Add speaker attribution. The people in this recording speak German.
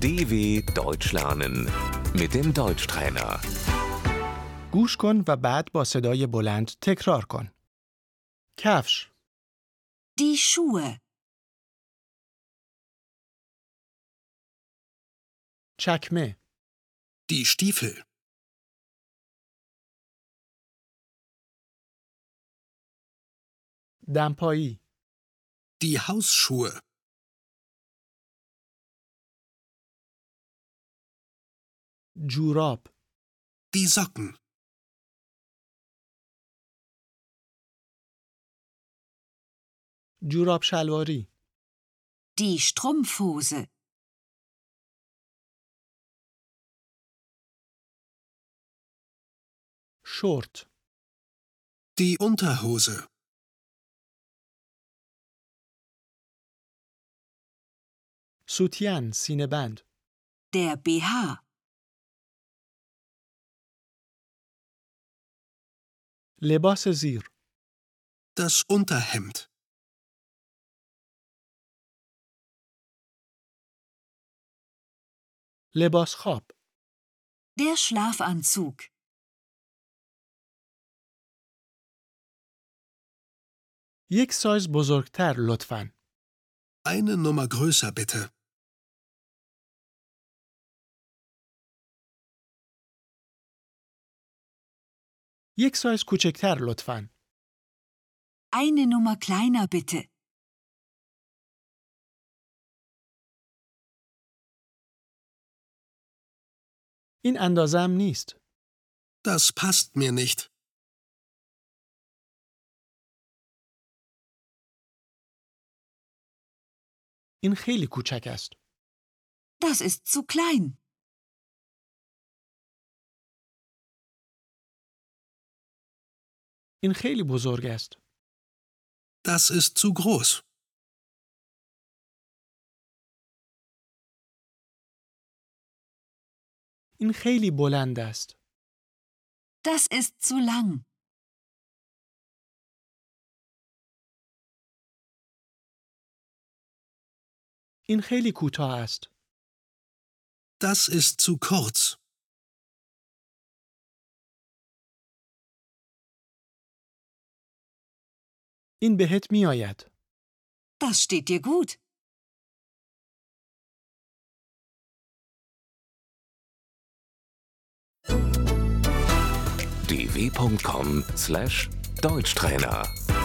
Speaker 1: DW Deutsch lernen mit dem Deutschtrainer.
Speaker 2: گوش کن و بعد با صدای بلند تکرار کن. کفش،
Speaker 3: Die Schuhe,
Speaker 2: چکمه،
Speaker 4: Die Stiefel.
Speaker 2: دمپایی،
Speaker 4: Die Hausschuhe.
Speaker 2: جوراب،
Speaker 4: Die Socken.
Speaker 2: جوراب شلواری،
Speaker 3: die Strumpfhose,
Speaker 2: شورت،
Speaker 4: Die Unterhose.
Speaker 2: سوتین، سینه بند،
Speaker 3: der BH,
Speaker 2: لباس زیر،
Speaker 4: Das Unterhemd.
Speaker 2: لباس خواب،
Speaker 3: der Schlafanzug,
Speaker 2: یک سایز بزرگتر لطفاً.
Speaker 4: Eine Nummer größer bitte.
Speaker 2: یک سایز کوچکتر لطفاً.
Speaker 3: eine Nummer kleiner bitte.
Speaker 2: این اندازم نیست.
Speaker 4: Das passt mir nicht.
Speaker 2: این خیلی کوچک است.
Speaker 3: Das ist zu klein.
Speaker 2: این خیلی بزرگ است.
Speaker 4: Das ist zu groß.
Speaker 2: این خیلی بلند است.
Speaker 3: Das ist zu lang.
Speaker 2: این خیلی کوتاه است.
Speaker 4: Das ist zu kurz.
Speaker 2: این بهت میآید.
Speaker 3: Das steht dir gut.
Speaker 1: dw.com/deutschtrainer